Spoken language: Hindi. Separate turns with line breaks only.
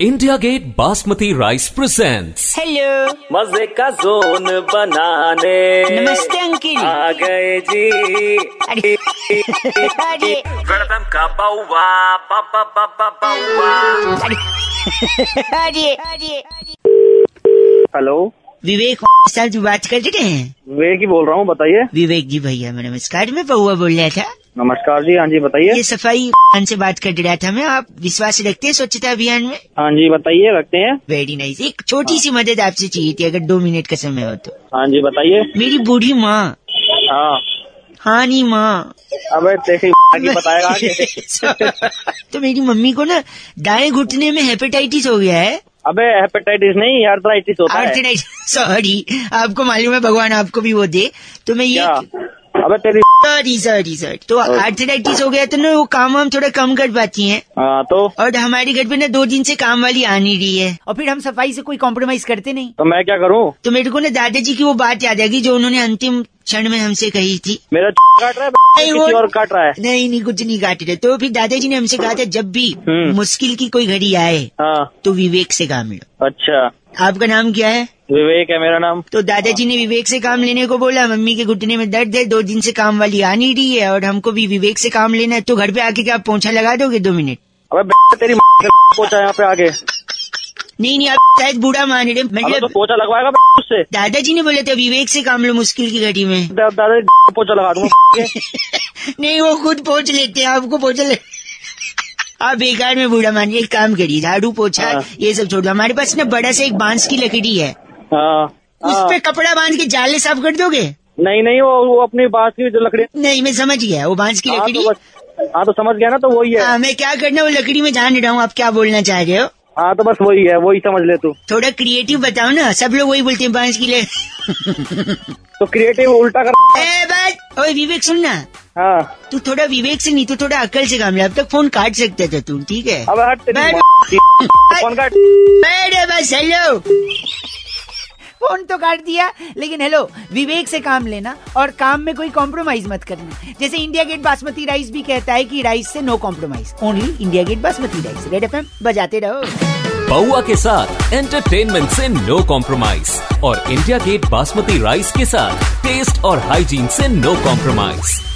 India gate basmati rice presents
hello
मजे का जोन बनाने
नमस्ते अंकिल
आ गए जी
अरे अरे
वेलकम का बाउवा बाबा बाबा बाउवा
हाँ।
अरे अरे
हेलो
विवेक साहब जी बात कर रहे हैं
विवेक ही बोल रहा हूँ बताइए
विवेक जी भैया मैं नमस्कार मैं बउआ बोल रहा था
नमस्कार जी हाँ जी बताइए
ये सफाई से बात कर रहा था मैं आप विश्वास रखते हैं स्वच्छता अभियान में
हाँ जी बताइए रखते हैं
वेरी नाइस एक छोटी सी मदद आपसे चाहिए थी अगर दो मिनट का समय हो तो
हाँ जी बताइए
मेरी बूढ़ी माँ
हाँ
हानी माँ
अबे देखिए आगे बताएगा आगे
तो मेरी मम्मी को ना दाएं घुटने में हेपेटाइटिस हो गया है
अबे हेपेटाइटिस नहीं आर्थराइटिस होता है
आर्थराइटिस सॉरी आपको मालूम है भगवान आपको भी वो दे तो मैं
क्या
ये
अबे तेरी
सॉरी सॉरी सॉरी तो आर्थराइटिस हो गया तो ना वो काम वाम थोड़ा कम कर पाती हैं
हाँ तो
और हमारे घर पे ना दो दिन से काम वाली आ नहीं रही है और फिर हम सफाई से कोई कॉम्प्रोमाइज करते नहीं
तो मैं क्या करूँ
तो मेरे को ना दादाजी की वो बात याद आ गई जो उन्होंने अंतिम क्षण में हमसे कही थी
मेरा काट रहा है बे,
नहीं, वो-
किसी और काट रहा है
नहीं नहीं कुछ नहीं काट रहे तो फिर दादाजी ने हमसे कहा था जब भी
हम्म।
मुश्किल की कोई घड़ी आए
हाँ
तो विवेक से काम लो
अच्छा
आपका नाम क्या है
विवेक है मेरा नाम
तो दादाजी ने विवेक से काम लेने को बोला मम्मी के घुटने में दर्द है दो दिन से काम वाली आ नहीं रही है और हमको भी विवेक से काम लेना है तो घर पे आके क्या आप पोछा लगा दोगे दो मिनट
अबे बे, तेरी पोचा यहाँ पे आगे
नहीं नहीं आप शायद बूढ़ा मान रहे
अबे तो
मतलब
पोचा लगवाएगा बे, उससे
दादाजी ने बोला था विवेक से काम लो मुश्किल की घड़ी में
दा- दादा जी, पोचा लगा दूंगा
नहीं वो खुद पोछ लेते हैं आपको पोछा ले आप बेकार में बूढ़ा मान एक काम करिए झाड़ू पोछा
हाँ।
ये सब छोड़ दो हमारे पास ना बड़ा सा एक बांस की लकड़ी है
हाँ
उस
हाँ।
पे कपड़ा बांध के जाले साफ कर दोगे
नहीं नहीं वो वो अपनी बांस की जो लकड़ी
नहीं मैं समझ गया वो बांस की
हाँ तो
लकड़ी
बस हाँ तो समझ गया ना तो वही है
हाँ मैं क्या करना वो लकड़ी में जान रहा हूँ आप क्या बोलना चाह रहे हो
हाँ तो बस वही है वही समझ ले तू
थोड़ा क्रिएटिव बताओ ना सब लोग वही बोलते हैं बांस की ले
तो क्रिएटिव उल्टा कर
ए बात ओए विवेक सुन ना
हाँ
तू थोड़ा विवेक से नहीं तो थोड़ा अकल से काम ले अब तक फोन काट सकते थे तू ठीक है
अब हट तेरी
मैं-
माँ की। फोन काट
अरे बस हेलो
फोन तो काट दिया लेकिन हेलो विवेक से काम लेना और काम में कोई कॉम्प्रोमाइज मत करना जैसे इंडिया गेट बासमती राइस भी कहता है कि राइस से no compromise only India gate basmati rice red F बजाते रहो
बउआ के साथ एंटरटेनमेंट से नो कॉम्प्रोमाइज और इंडिया गेट बासमती राइस के साथ टेस्ट और हाइजीन से नो कॉम्प्रोमाइज